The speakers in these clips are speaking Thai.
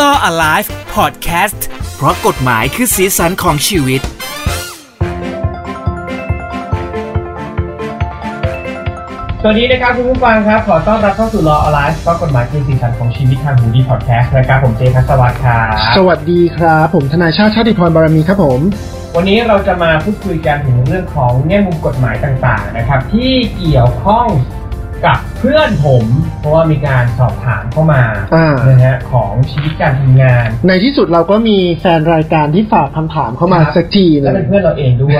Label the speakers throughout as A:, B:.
A: Law Alive Podcast เพราะกฎหมายคือสีสันของชีวิต
B: สวัสดีนะครับคุณผู้ฟังครับ ขอต้อนรับเข้าสู่ Law Alive เพราะกฎหมายคือสีสันของชีวิตทางหูดีพอดแคสต์นะครับผมเจคัสวัสดิ์ครับ
C: สวัสดีครับ ผมทนายชาติชาติพรบารมีครับผม
B: วันนี้เราจะมาพูดคุยกันถึงเรื่องของแง่มุมกฎหมายต่างๆนะครับ ที่เกี่ยวข้องกับเพื่อนผม เพราะว่ามีการสอบถามเข้ามา
C: อ่า
B: นะฮะของชีวิตการทำงาน
C: ในที่สุดเราก็มีแฟนรายการที่ฝากคำถามเข้ามา
B: ครับ
C: สักทีเล
B: และ
C: ย
B: เป็นเพื่อนเราเอง ด้วย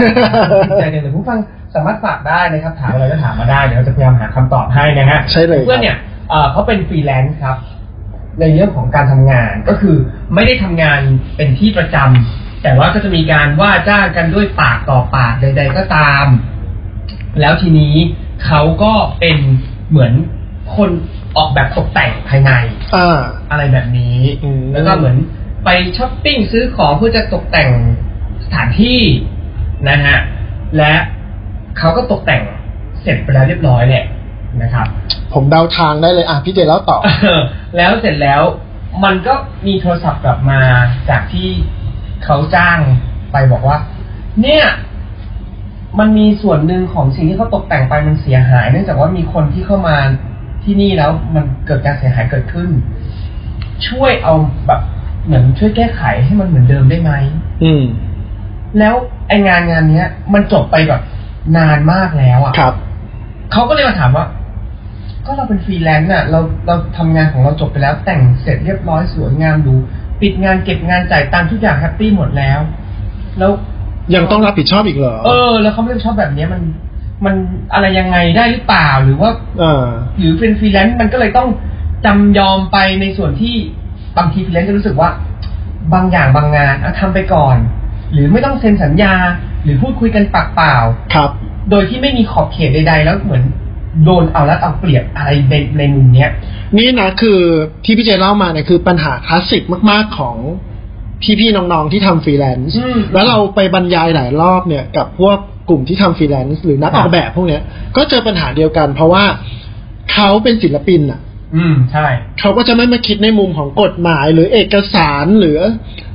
B: ดีใจจังเลยผู้ฟังสามารถฝากได้นะครับ ถามอะไรก็ถามมาได้เดี๋ยวเราจะพยายามหาคำตอบให้นะฮะ
C: ใช่เลย
B: เพื่อนเนี่ยเอ่อเขาเป็นฟรีแลนซ์ครับ ในเรื่องของการทำงานก็คือไม่ได้ทำงานเป็นที่ประจำแต่ว่าก็จะมีการว่าจ้างกันด้วยปากต่อปากใด ๆ ก็ตาม แล้วทีนี้เขาก็เป็นเหมือนคนออกแบบตกแต่งภายใน
C: อ่า
B: อะไรแบบนี้
C: อืม
B: แล้วก็เหมือนไปช้อปปิ้งซื้อของเพื่อจะตกแต่งสถานที่นะฮะ และเขาก็ตกแต่งเสร็จไปแล้วเรียบร้อยแหละนะครับ
C: ผมเดาทางได้เลยอ่ะพี่เจแล้วต่อ
B: เออ แล้วเสร็จแล้วมันก็มีโทรศัพท์กลับมาจากที่เขาจ้างไปบอกว่า เนี่ย มันมีส่วนหนึ่งของสิ่งที่เขาตกแต่งไปมันเสียหาย เนื่องจากว่ามีคนที่เข้ามาที่นี่แล้วมันเกิดการเสียหายเกิดขึ้น ช่วยเอาแบบเหมือนช่วยแก้ไขให้มันเหมือนเดิมได้ไหม
C: อืม
B: แล้วไองานงานเนี้ย มันจบไปแบบนานมากแล้วอ่ะ
C: ครับ
B: เขาก็เลยมาถามว่า ก็เราเป็นฟรีแลนซ์น่ะ เราเราทำงานของเราจบไปแล้ว แต่งเสร็จเรียบร้อยสวยงามดู ปิดงานเก็บงานจ่ายตังค์ทุกอย่างแฮปปี้หมดแล้ว แล้ว
C: ยังต้องรับผิดชอบอีกเหรอ
B: เออ แล้วเขาไม่ได้ชอบแบบเนี้ยมัน มันอะไรยังไงได้หรือเปล่าหรือว่า
C: อ่า
B: หรือเป็นฟรีแลนซ์มันก็เลยต้องจำยอมไปในส่วนที่บางทีฟรีแลนซ์จะรู้สึกว่า บางอย่างบางงานอะทำไปก่อน หรือไม่ต้องเซ็นสัญญา หรือพูดคุยกันปากเปล่า
C: ครับ
B: โดยที่ไม่มีขอบเขตใด ๆ แล้วเหมือนโดนเอาและเอาเปรียบอะไรในในมุมเนี้ย
C: นี่นะคือที่พี่เจเล่ามาเนี่ยคือปัญหาคลาสสิกมาก ๆ ของพี่ๆน้องๆที่ทำฟรีแลนซ์
B: อืม
C: แล้วเราไปบรรยายหลายรอบเนี่ยกับพวกกลุ่มที่ทำฟรีแลนซ์หรือนัก
B: ครั
C: อบ อกแบบพวกเนี้ย ก็เจอปัญหาเดียวกัน เพราะว่าเขาเป็นศิลปินอ่ะ
B: อืมใช่
C: เขาก็จะไม่มาคิดในมุมของกฎหมายหรือเอกสารหรือ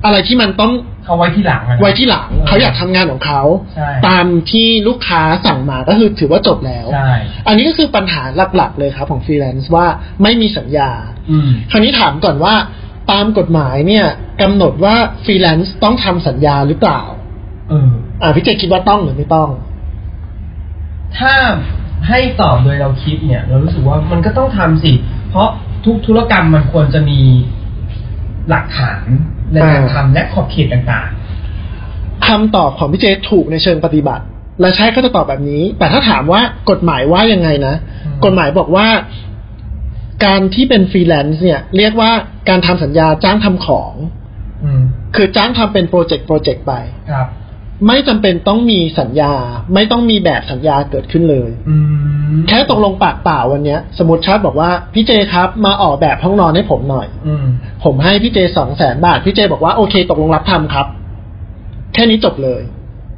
C: อะไรที่มันต้อง
B: เขาไว้ที่หลังอะนะ
C: ไว้ที่หลัง เขาอยากทำงานของเขา
B: ใช่
C: ตามที่ลูกค้าสั่งมาก็คือถือว่าจบแล้ว
B: ใช่
C: อันนี้ก็คือปัญหาหลักๆ เลยครับของฟรีแลนซ์ว่าไม่มีสัญญา
B: อืม
C: คราวนี้ถามก่อนว่า ตามกฎหมายเนี่ยกำหนดว่าฟรีแลนซ์ต้องทำสัญญาหรือเปล่า
B: เออ
C: อ่าพี่เจคิดว่าต้องหรือไม่ต้อง
B: ถ้าให้ตอบโดยเราคิดเนี่ย เรารู้สึกว่ามันก็ต้องทำสิ เพราะทุกธุรกรรมมันควรจะมีหลักฐานในการ
C: อ่า
B: ทำและขอบเขตต่าง
C: คำตอบของพี่เจถูกในเชิงปฏิบัติ และใช้ก็จะตอบแบบนี้ แต่ถ้าถามว่ากฎหมายว่ายังไงนะ
B: อืม
C: กฎหมายบอกว่า การที่เป็นฟรีแลนซ์เนี่ย เรียกว่าการทำสัญญาจ้างทำของ
B: ๆ อืม
C: คือจ้างทำเป็นโปรเจกต์โปรเจกต์ไป
B: ครับ
C: ไม่จำเป็นต้องมีสัญญา ไม่ต้องมีแบบสัญญาเกิดขึ้นเลย
B: อืม
C: แค่ตกลงปากเปล่าวันเนี้ย สมมติชาติบอกว่าพี่เจครับ มาออกแบบห้องนอนให้ผมหน่อย
B: อืม
C: ผมให้พี่เจสองแสนบาท พี่เจบอกว่าโอเค ตกลงรับทำครับ แค่นี้จบเลย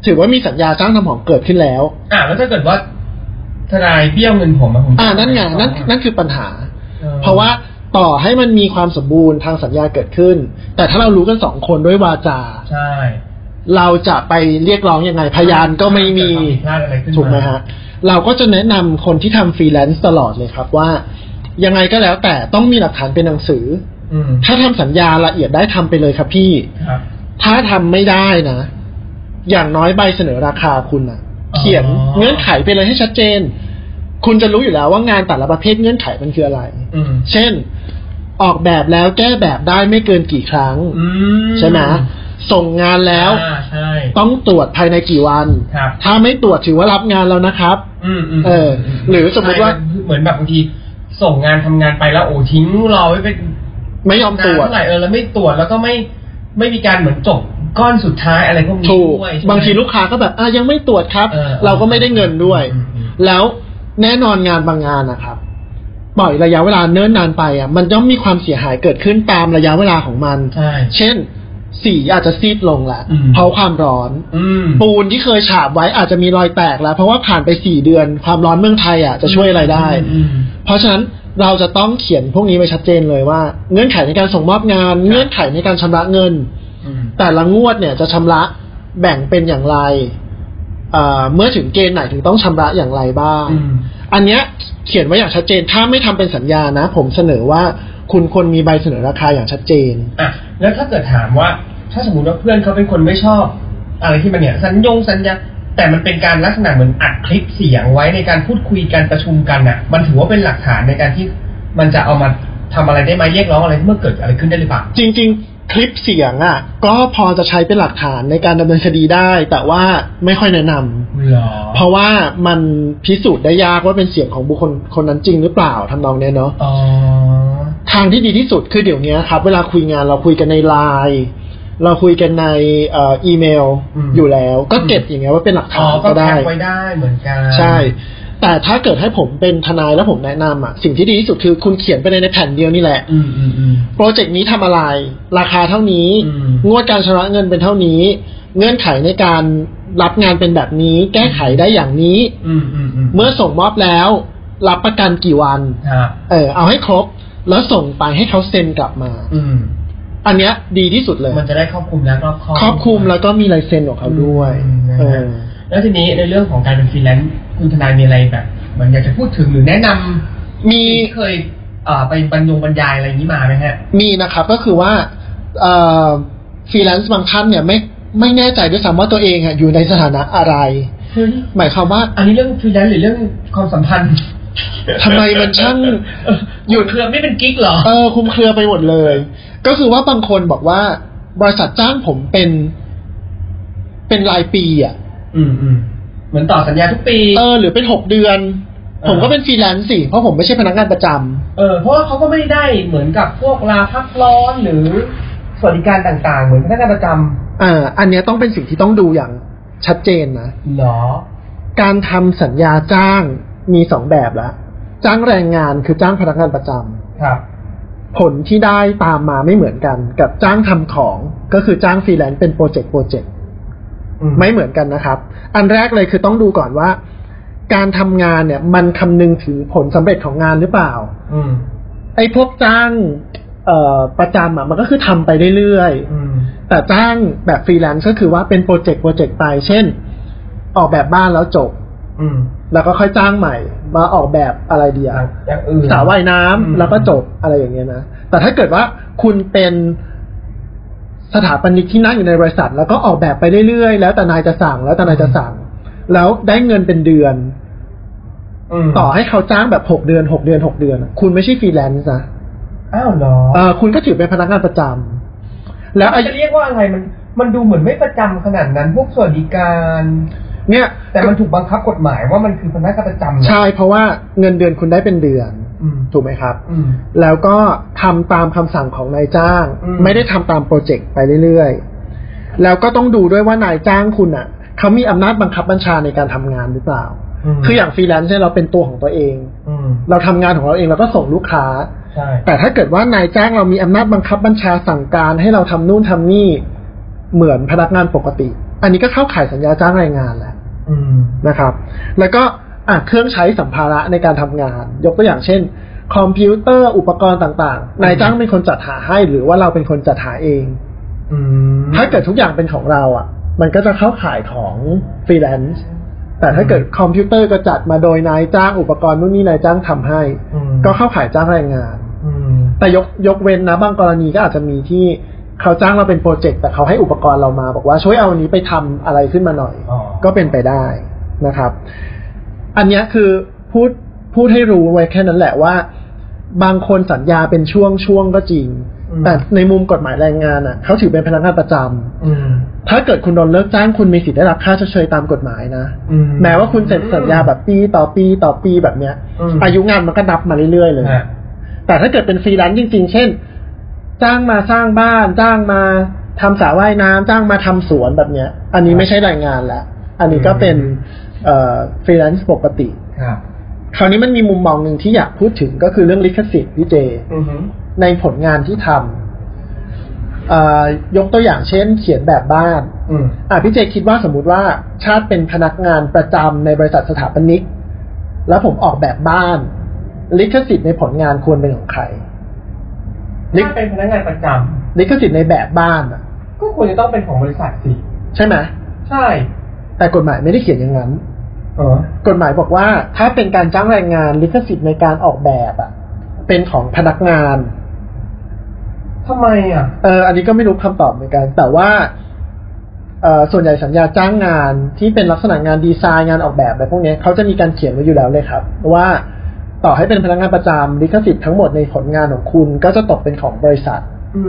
C: ถือว่ามีสัญญาจ้างทำของเกิดขึ้นแล้ว
B: อ่าแล้วถ้าเกิดว่าทนายเบี้ยวเงินผมอะผม
C: อ่านั่นไงนั่นนั่นคือปัญหา
B: ออ
C: เพราะว่าต่อให้มันมีความสมบูรณ์ทางสัญญาเกิดขึ้น แต่ถ้าเรารู้กันสองคนด้วยวาจา
B: ใช่
C: เราจะไปเรียกร้องยังไง พยานก็ไม่มี
B: เกิดความผิดพลาดอะไรขึ้น
C: ถูกไหมฮะ เราก็จะแนะนำคนที่ทำฟรีแลนซ์ตลอดเลยครับว่า ยังไงก็แล้วแต่ต้องมีหลักฐานเป็นหนังสือ
B: อืม
C: ถ้าทำสัญญาละเอียดได้ทำไปเลยครับพี่
B: ครับ
C: ถ้าทำไม่ได้นะ อย่างน้อยใบเสนอราคาคุณนะ
B: อ๋อ
C: เขียนเงื่อนไขไปเลยให้ชัดเจน คุณจะรู้อยู่แล้วว่างานแต่ละประเภทเงื่อนไขมันคืออะไร
B: อืม
C: เช่น ออกแบบแล้วแก้แบบได้ไม่เกินกี่ครั้ง
B: อืม
C: ใช่ไหมส่งงานแล้ว
B: อ่าใช่
C: ต้องตรวจภายในกี่วัน
B: ครับ
C: ถ้าไม่ตรวจถือว่ารับงานแล้วนะครับ
B: อืมอืม
C: เออหรือสมมุติว่า
B: ใช่เหมือนแบบบางทีส่งงานทำงานไปแล้วโอ้ทิ้งเราไว้เป็น
C: ไม่ยอมตรวจ
B: นานเท่าไหร่เออแล้วไม่ตรวจแล้วก็ไม่ไม่มีการเหมือนจบก้อนสุดท้ายอะไรพวกนี้
C: ถูก
B: ด้วยใช่ไหม
C: บางทีลูกค้าก็แบบอ่ะยังไม่ตรวจครับ
B: เออ
C: เราก็ไม่ได้เงินด้วย
B: อืมอืม
C: แล้วแน่นอนงานบางงานนะครับ ปล่อยระยะเวลาเนิ่นนานไปอ่ะ มันย่อมมีความเสียหายเกิดขึ้นตามระยะเวลาของมัน
B: ใช่
C: เช่น สีอาจจะซีดลงละ
B: อืม
C: เพราะความร้อน
B: อืม
C: ปูนที่เคยฉาบไว้อาจจะมีรอยแตกแล้ว เพราะว่าผ่านไปสี่เดือน ความร้อนเมืองไทยอ่ะจะช่วยอะไรได้
B: อืมอืม
C: เพราะฉะนั้น เราจะต้องเขียนพวกนี้ไว้ชัดเจนเลยว่า เงื่อนไขในการส่งมอบงาน เงื่อนไขในการชำระเงิน
B: อืม
C: แต่ละงวดเนี่ยจะชำระแบ่งเป็นอย่างไรเอ่อเมื่อถึงเกณฑ์ไหนถึงต้องชำระอย่างไรบ้าง
B: อืม
C: อันเนี้ยเขียนไว้อย่างชัดเจน ถ้าไม่ทำเป็นสัญญานะ ผมเสนอว่าคุณควรมีใบเสนอราคาอย่างชัดเจน
B: อ่ะแล้วถ้าเกิดถามว่า ถ้าสมมติว่าเพื่อนเขาเป็นคนไม่ชอบ อะไรที่มันเนี่ย สัญญงสัญญาแต่มันเป็นการลักษณะเหมือนอัดคลิปเสียงไว้ในการพูดคุยการประชุมกันอ่ะ มันถือว่าเป็นหลักฐานในการที่มันจะเอามาทำอะไรได้ไหมเรียกร้องอะไรเมื่อเกิดอะไรขึ้นได้หรือเปล่า
C: จริงๆ คลิปเสียงอะ่ะ ก็พอจะใช้เป็นหลักฐานในการดำเนินคดีได้ แต่ว่าไม่ค่อยแนะนำ
B: หรอ
C: เพราะว่ามันพิสูจน์ได้ยากว่าเป็นเสียงของบุคคลคนนั้นจริงหรือเปล่าทำนองเนี้ยเนาะ
B: อ๋อ
C: ทางที่ดีที่สุดคือเดี๋ยวเนี้ยครับ เวลาคุยงานเราคุยกันในไลน์เราคุยกันในเอ่ออีเมล
B: อืม
C: อยู่แล้ว ก็เก็บอย่างเงี้ยไว่าเป็นหลัก
B: อ๋อ
C: ฐาน
B: ก็
C: ก็
B: แค
C: ได้
B: ปไว้ได้เหมือนกัน
C: ใช่ แต่ถ้าเกิดให้ผมเป็นทนายแล้วผมแนะนำอ่ะสิ่งที่ดีที่สุดคือคุณเขียนไปเลยในแผ่นเดียวนี่แหละ
B: อืมอืมอืม
C: โปรเจกต์นี้ทำอะไร ราคาเท่านี้
B: อืม
C: งวดการชำระเงินเป็นเท่านี้ เงื่อนไขในการรับงานเป็นแบบนี้ แก้ไขได้อย่างนี้
B: อืมอืมอืม
C: เมื่อส่งมอบแล้ว รับประกันกี่วัน
B: ฮะ
C: เออเอาให้ครบ แล้วส่งไปให้เขาเซ็นกลับมา
B: อืม
C: อันเนี้ยดีที่สุดเลย
B: มันจะได้ครอบคลุมและรอบคอบ
C: ครอบคลุมแล้วก็มีลายเซ็นของเขาด้วย
B: อืมนะฮะ
C: เออ
B: แล้วทีนี้ในเรื่องของการเป็นฟรีแลนซ์คุณทนายมีอะไรแบบเหมือนอยากจะพูดถึงหรือแนะนำ
C: มี
B: ที่เคยเอ่อไปบรรยงบรรยายอะไรอย่างนี้มาไหมฮะ
C: มีนะครับก็คือว่าเอ่อฟรีแลนซ์บางท่านเนี่ยไม่ไม่แน่ใจด้วยซ้ำว่าตัวเองอะอยู่ในสถานะอะไร หมายความว่า
B: อันนี้เรื่องฟรีแลนซ์หรือเรื่องความสัมพันธ์
C: ทำไมมันช่าง
B: หยุดเครือไม่เป็นกิ๊กเหรอ
C: เออคลุมเครือไปหมดเลย ก็คือว่าบางคนบอกว่า บริษัทจ้างผมเป็น เป็นรายปีอ่ะ
B: อืมอืมเหมือนต่อสัญญาทุกปี
C: เออ หรือเป็นหกเดือน
B: อ่า
C: ผมก็เป็นฟรีแลนซ์สิ เพราะผมไม่ใช่พนักงานประจำ
B: เออเพราะว่าเขาก็ไม่ได้เหมือนกับพวกลาพักร้อนหรือสวัสดิการต่างๆ เหมือนพนักงานประจ
C: อ่า อันเนี้ยต้องเป็นสิ่งที่ต้องดูอย่างชัดเจนนะ
B: ำเหรอ
C: การทำสัญญาจ้างมีสองแบบละ จ้างแรงงานคือจ้างพนักงานประจำ
B: ครับ
C: ผลที่ได้ตามมาไม่เหมือนกัน กับจ้างทำของก็คือจ้างฟรีแลนซ์เป็นโปรเจกต์โปรเจกต์
B: อื
C: ไม่เหมือนกันนะครับ อันแรกเลยคือต้องดูก่อนว่า การทำงานเนี่ย มันคำนึงถึงผลสำเร็จของงานหรือเปล่า
B: อืม
C: ไอ้พวกจ้างเอ่อประจำอ่ะมันก็คือทำไปเรื่อย
B: อืม
C: ๆ แต่จ้างแบบฟรีแลนซ์ก็คือว่าเป็นโปรเจกต์โปรเจกต์ไป เช่น ออกแบบบ้านแล้วจบ
B: อืม
C: แล้วก็ค่อยจ้างใหม่ มาออกแบบอะไรเดียว
B: อย่างอื่น
C: สาว่ายน้ำ
B: อืม
C: แล้วก็จบอะไรอย่างเงี้ยนะ แต่ถ้าเกิดว่าคุณเป็นสถาปนิกที่นั่งอยู่ในบริษัท แล้วก็ออกแบบไปเรื่อยๆ แล้วแต่นายจะสั่งแล้วแต่นายจะสั่ง แล้วได้เงินเป็นเดือน
B: ม
C: ต่อให้เขาจ้างแบบหกเดือนหกเดือนหกเดือน คุณไม่ใช่ฟรีแลนซ์นะ
B: อ้าวเหรอ
C: เออคุณก็ถือเป็นพนักงานประจำแล้วไอ้
B: จะเรียกว่าอะไรมัน มันดูเหมือนไม่ประจำขนาดนั้น พวกสวัสดิการ
C: เนี่ย
B: แต่มันถูกบังคับกฎหมายว่ามันคือพนักงานประจำนะ
C: ใช่เพราะว่าเงินเดือนคุณได้เป็นเดือน
B: อืม
C: ถูกไหมครับ
B: อืม
C: แล้วก็ทำตามคำสั่งของนายจ้าง
B: อืม
C: ไม่ได้ทำตามโปรเจกต์ไปเรื่อยๆ แล้วก็ต้องดูด้วยว่านายจ้างคุณอ่ะเขามีอำนาจบังคับบัญชาในการทำงานหรือเปล่า
B: ม
C: คืออย่างฟรีแลนซ์เนี่ยเราเป็นตัวของตัวเอง
B: อืม
C: เราทำงานของเราเองเราก็ส่งลูกค้า
B: ใช่
C: แต่ถ้าเกิดว่านายจ้างเรามีอำนาจบังคับบัญชาสั่งการให้เราทำนู่นทำนี่เหมือนพนักงานปกติ อันนี้ก็เข้าข่ายสัญญาจ้างแรงงานแหละ
B: อืม
C: นะครับ แล้วก็อ่ะเครื่องใช้สัมภาระในการทำงาน ยกตัวอย่างเช่น คอมพิวเตอร์อุปกรณ์ต่าง
B: อืม
C: ๆ นายจ้างเป็นคนจัดหาให้หรือว่าเราเป็นคนจัดหาเอง
B: อืม
C: ถ้าเกิดทุกอย่างเป็นของเราอ่ะ มันก็จะเข้าข่ายของฟรีแลนซ์แต่ถ้าเกิดคอมพิวเตอร์ก็จัดมาโดยนายจ้างอุปกรณ์นู่นนี่นายจ้างทำให้
B: อืม
C: ก็เข้าข่ายจ้างแรงงาน
B: อืม
C: แต่ยกยกเว้นนะบางกรณีก็อาจจะมีที่เขาจ้างเราเป็นโปรเจกต์แต่เขาให้อุปกรณ์เรามา บอกว่าช่วยเอาอันนี้ไปทำอะไรขึ้นมาหน่อย
B: อ๋อ
C: ก็เป็นไปได้นะครับ อันเนี้ยคือพูดพูดให้รู้ไว้แค่นั้นแหละว่า บางคนสัญญาเป็นช่วงช่วงก็จริง แต่ในมุมกฎหมายแรงงานอ่ะเขาถือเป็นพนักงานประจำ
B: อืม
C: ถ้าเกิดคุณโดนเลิกจ้างคุณมีสิทธิ์ได้รับค่าชดเชยตามกฎหมายนะ
B: อื
C: แม้ว่าคุณเซ็นสัญญาแบบปีต่อปีต่อปีแบบเนี้ย
B: อืม
C: อายุงานมันก็นับมาเรื่อยๆเลย
B: ฮะ
C: แต่ถ้าเกิดเป็นฟรีแลนซ์จริง ๆ เช่น จ้างมาสร้างบ้าน จ้างมาทำสระว่ายน้ำจ้างมาทำสวนแบบเนี้ย อันนี้ไม่ใช่แรงงานละอันนี้ก็เป็นเอ่อฟรีแลนซ์ปกติ
B: ครับ
C: คราวนี้มันมีมุมมองหนึ่งที่อยากพูดถึงก็คือเรื่องลิขสิทธิ์พี่เจ
B: อืม
C: ในผลงานที่ทำเอ่อยกตัวอย่างเช่น เขียนแบบบ้าน
B: อืม
C: อ่ะพี่เจคิดว่าสมมุติว่าชาติเป็นพนักงานประจำในบริษัทสถาปนิก แล้วผมออกแบบบ้าน ลิขสิทธิ์ในผลงานควรเป็นของใคร ลิข
B: ถ้าเป็นพนักงานประจำ
C: ลิขสิทธิ์ในแบบบ้านอะ
B: ก็ควรจะต้องเป็นของบริษัทสิ
C: ใช่ไหม
B: ใช่
C: แต่กฎหมายไม่ได้เขียนอย่างนั้น
B: เออก
C: ฎหมายบอกว่า ถ้าเป็นการจ้างแรงงานลิขสิทธิ์ในการออกแบบอะเป็นของพนักงาน
B: ทำไมอ่ะ
C: เอออันนี้ก็ไม่รู้คำตอบเหมือนกัน แต่ว่าเอ่อส่วนใหญ่สัญญาจ้างงานที่เป็นลักษณะงานดีไซน์งานออกแบบอะไรพวกเนี้ยเขาจะมีการเขียนไว้อยู่แล้วเลยครับ ว่าต่อให้เป็นพนักงานประจำลิขสิทธิ์ทั้งหมดในผลงานของคุณก็จะตกเป็นของบริษัท
B: อื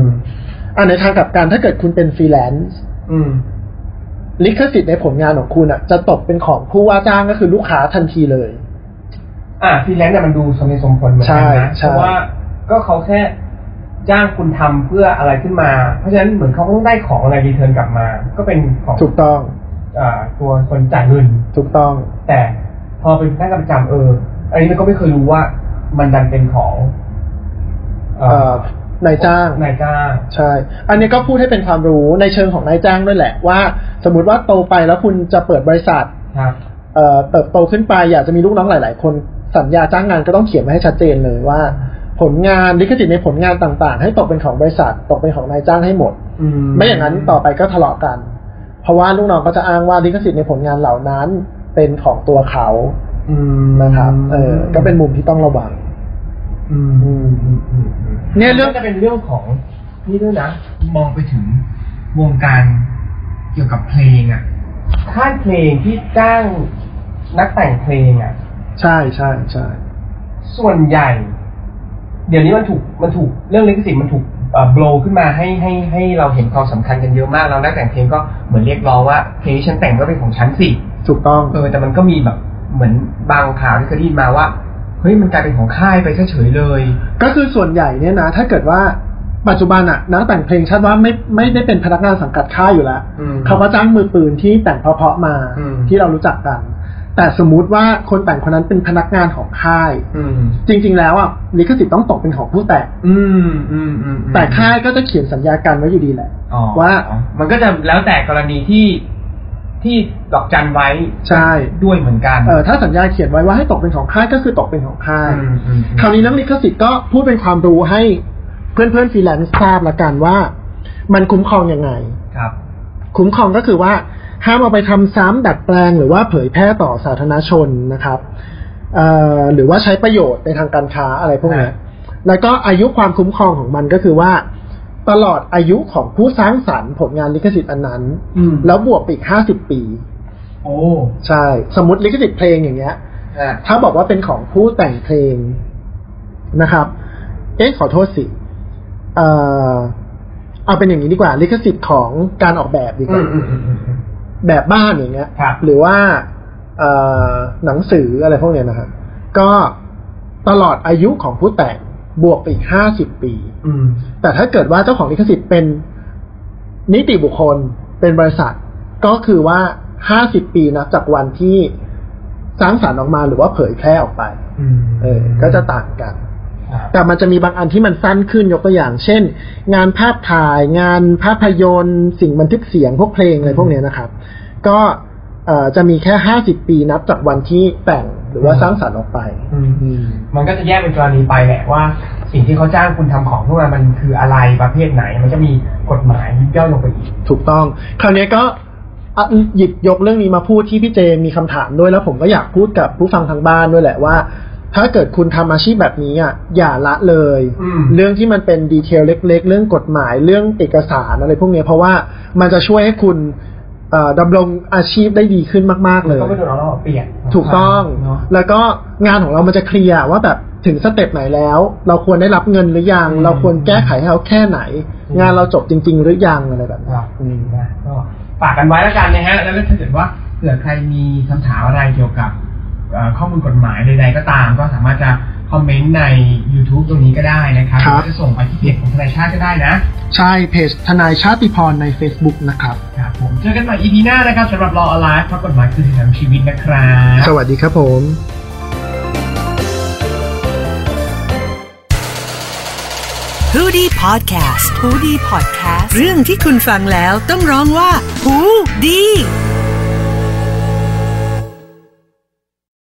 B: ม
C: อ่าในทางกลับกันถ้าเกิดคุณเป็นฟรีแลนซ์
B: อืม
C: ลิขสิทธิ์ในผลงานของคุณอ่ะ จะตกเป็นของผู้ว่าจ้างก็คือลูกค้าทันทีเลย
B: อ่ะฟรีแลนซ์เนี่ยมันดูสมเหตุสมผลเหมือนกันนะ
C: ใช่ใช่
B: เพราะว่าก็เขาแค่จ้างคุณทำเพื่ออะไรขึ้นมา เพราะฉะนั้นเหมือนเขาก็ต้องได้ของอะไรรีเทิร์นกลับมา ก็เป็นของ
C: ถูกต้อง
B: อ่าตัวคนจ่ายเงิน
C: ถูกต้อง
B: แต่พอเป็นพนักงานประจำเออ อันนี้มันก็ไม่เคยรู้ว่ามันดันเป็นของเอ่
C: เอ่
B: อ
C: อนายจ้าง
B: นายจ้าง
C: ใช่ อันนี้ก็พูดให้เป็นความรู้ในเชิงของนายจ้างด้วยแหละว่า สมมติว่าโตไปแล้วคุณจะเปิดบริษัท
B: ครับ
C: เอ่อเติบโตขึ้นไปอยากจะมีลูกน้องหลาย ๆ คนสัญญาจ้างงานก็ต้องเขียนไว้ให้ชัดเจนเลยว่า ผลงานลิขสิทธิ์ในผลงานต่าง ๆ ให้ตกเป็นของบริษัท ตกเป็นของนายจ้างให้หมด
B: อื
C: ไม่อย่างนั้นต่อไปก็ทะเลาะกัน เพราะว่าลูกน้องก็จะอ้างว่าลิขสิทธิ์ในผลงานเหล่านั้นเป็นของตัวเขา
B: อืม
C: นะครับ เออก็เป็นมุมที่ต้องระวัง
B: อืมอืมอืมอืมอืม
C: เนี่ยเรื่อง
B: มัจะเป็นเรื่องของนี่ด้วยนะมองไปถึงวงการเกี่ยวกับเพลงอ่ะค่ายเพลงที่จ้างนักแต่งเพลงอ่ะ
C: ใช่ใช่ใช่
B: ส่วนใหญ่ เดี๋ยวนี้มันถูกมันถูกเรื่องลิขสิทธิ์มันถูกโบลขึ้นมาให้ให้ให้เราเห็นความสำคัญกันเยอะมากแล้วนักแต่งเพลงก็เหมือนเรียกร้องว่าเพลงที่ฉันแต่งก็เป็นของฉันสิ
C: ถูกต้อง
B: เออแต่มันก็มีแบบเหมือนบางข่าวที่เคยได้ยินมาว่าเฮ้ยมันกลายเป็นของค่ายไปซะเฉยเลย
C: ก็คือส่วนใหญ่เนี่ยนะ ถ้าเกิดว่าปัจจุบันอะนักแต่งเพลงชาติว่าไม่ไม่ได้เป็นพนักงานสังกัดค่ายอยู่แล้ว
B: อืม
C: เขาก็จ้างมือปืนที่แต่งเพราะๆมา
B: อืม
C: ที่เรารู้จักกัน แต่สมมุติว่าคนแต่งคนนั้นเป็นพนักงานของค่าย
B: อืม
C: จริง ๆ แล้วอะลิขสิทธิ์ต้องตกเป็นของผู้แต่ง
B: อืมอืมอืม
C: แต่ค่ายก็จะเขียนสัญญากันไว้อยู่ดีแหละ
B: อ๋อ
C: ว่า
B: มันก็จะแล้วแต่กรณีที่ที่ดอกจันไว้
C: ใช่
B: ด้วยเหมือนกัน
C: เออถ้าสัญญาเขียนไว้ว่าให้ตกเป็นของค่ายก็คือตกเป็นของค่าย
B: อืมอืมอืม
C: คราวนี้เรื่องลิขสิทธิ์ก็พูดเป็นความรู้ให้เพื่อนๆฟรีแลนซ์ทราบละกันว่า มันคุ้มครองยังไง
B: ครับ
C: คุ้มครองก็คือว่าห้ามเอาไปทำซ้ำดัดแปลงหรือว่าเผยแพร่ต่อสาธารณชนนะครับเอ่อหรือว่าใช้ประโยชน์ในทางการค้าอะไรพวกเนี้ย
B: ฮะ
C: แล้วก็อายุความคุ้มครองของมันก็คือว่า ตลอดอายุของผู้สร้างสรรค์ผลงานลิขสิทธิ์อันนั้น
B: อืม
C: แล้วบวกไปอีกห้าสิบปี
B: โอ้
C: ใช่ สมมติลิขสิทธิ์เพลงอย่างเงี้ย
B: ฮะ
C: ถ้าบอกว่าเป็นของผู้แต่งเพลงนะครับ เอ๊ะขอโทษสิ เอ่อเอาเป็นอย่างนี้ดีกว่า ลิขสิทธิ์ของการออกแบบดีกว่า แบบบ้านอย่างเงี้ย
B: ครับ
C: หรือว่าเอ่อหนังสืออะไรพวกเนี้ยนะฮะก็ตลอดอายุของผู้แต่งบวกไปอีกห้าสิบปี
B: อืม
C: แต่ถ้าเกิดว่าเจ้าของลิขสิทธิ์เป็นนิติบุคคลเป็นบริษัท ก็คือว่าห้าสิบปีนับจากวันที่สร้างสารรค์ออกมาหรือว่าเผยแพร่ออกไป
B: อืม
C: เออ ก็จะต่างกัน
B: ครับ
C: แต่มันจะมีบางอันที่มันสั้นขึ้นยกตัวอย่าง เช่น งานภาพถ่าย งานภาพยนตร์ สิ่งบันทึกเสียงพวกเพลงอะไรพวกเนี้ยนะครับ ก็เอ่อจะมีแค่ห้าสิบปีนับจากวันที่แต่งหรือว่าสร้างสารรค์ออกไป
B: อืม มันก็จะแยกเป็นกรณีไปแหละว่า สิ่งที่เขาจ้างคุณทำของขึ้นมามันคืออะไรประเภทไหน มันจะมีกฎหมายยิบย่อยลงไปอีก
C: ถูกต้อง คราวเนี้ยก็อ่ะหยิบยกเรื่องนี้มาพูดที่พี่เจมีคำถามด้วยแล้วผมก็อยากพูดกับผู้ฟังทางบ้านด้วยแหละว่า ถ้าเกิดคุณทำอาชีพแบบนี้อ่ะอย่าละเลย
B: อืม
C: เรื่องที่มันเป็นดีเทลเล็ก ๆ เรื่องกฎหมายเรื่องเอกสารอะไรพวกเนี้ยเพราะว่ามันจะช่วยให้คุณเอ่อดำรงอาชีพได้ดีขึ้นมาก ๆ เลย
B: ก็ไม่โดนเอาเปลี่ยน
C: ถูกต้อง
B: เนาะ
C: แล้วก็งานของเรามันจะเคลียร์ว่าแบบถึงสเต็ปไหนแล้ว เราควรได้รับเงินหรือยัง
B: อืม
C: เราควรแก้ไขให้เขาแค่ไหน
B: อืม
C: งานเราจบจริง ๆ หรือยังอะไรแบบ
B: ค
C: นี้
B: รับ
C: อืม
B: นะก็ฝากกันไว้แล้วกันนะฮะ แล้วถ้าเกิดว่าเผื่อใครมีคำถามอะไรเกี่ยวกับเอ่อข้อมูลกฎหมายใดๆก็ตาม ก็สามารถจะคอมเมนต์ใน YouTube ตรงนี้ก็ได้นะครับ
C: ครับ
B: หอจะส่งไปที่เพจของทนายชาติก็ได้นะ
C: ใช่เพจทนายชาติพรใน Facebook นะครับ
B: ครับผมเจอกันใหม่ EP หน้านะครับสำหรับ Law Alive เพราะกฎหมายคือสิ่งของชีวิตนะครับ
C: สวัสดีครับผม
D: h o ดี้พอดแคสต์ฮูดี้พอดแคสต์เรื่องที่คุณฟังแล้วต้องร้องว่าฮูดี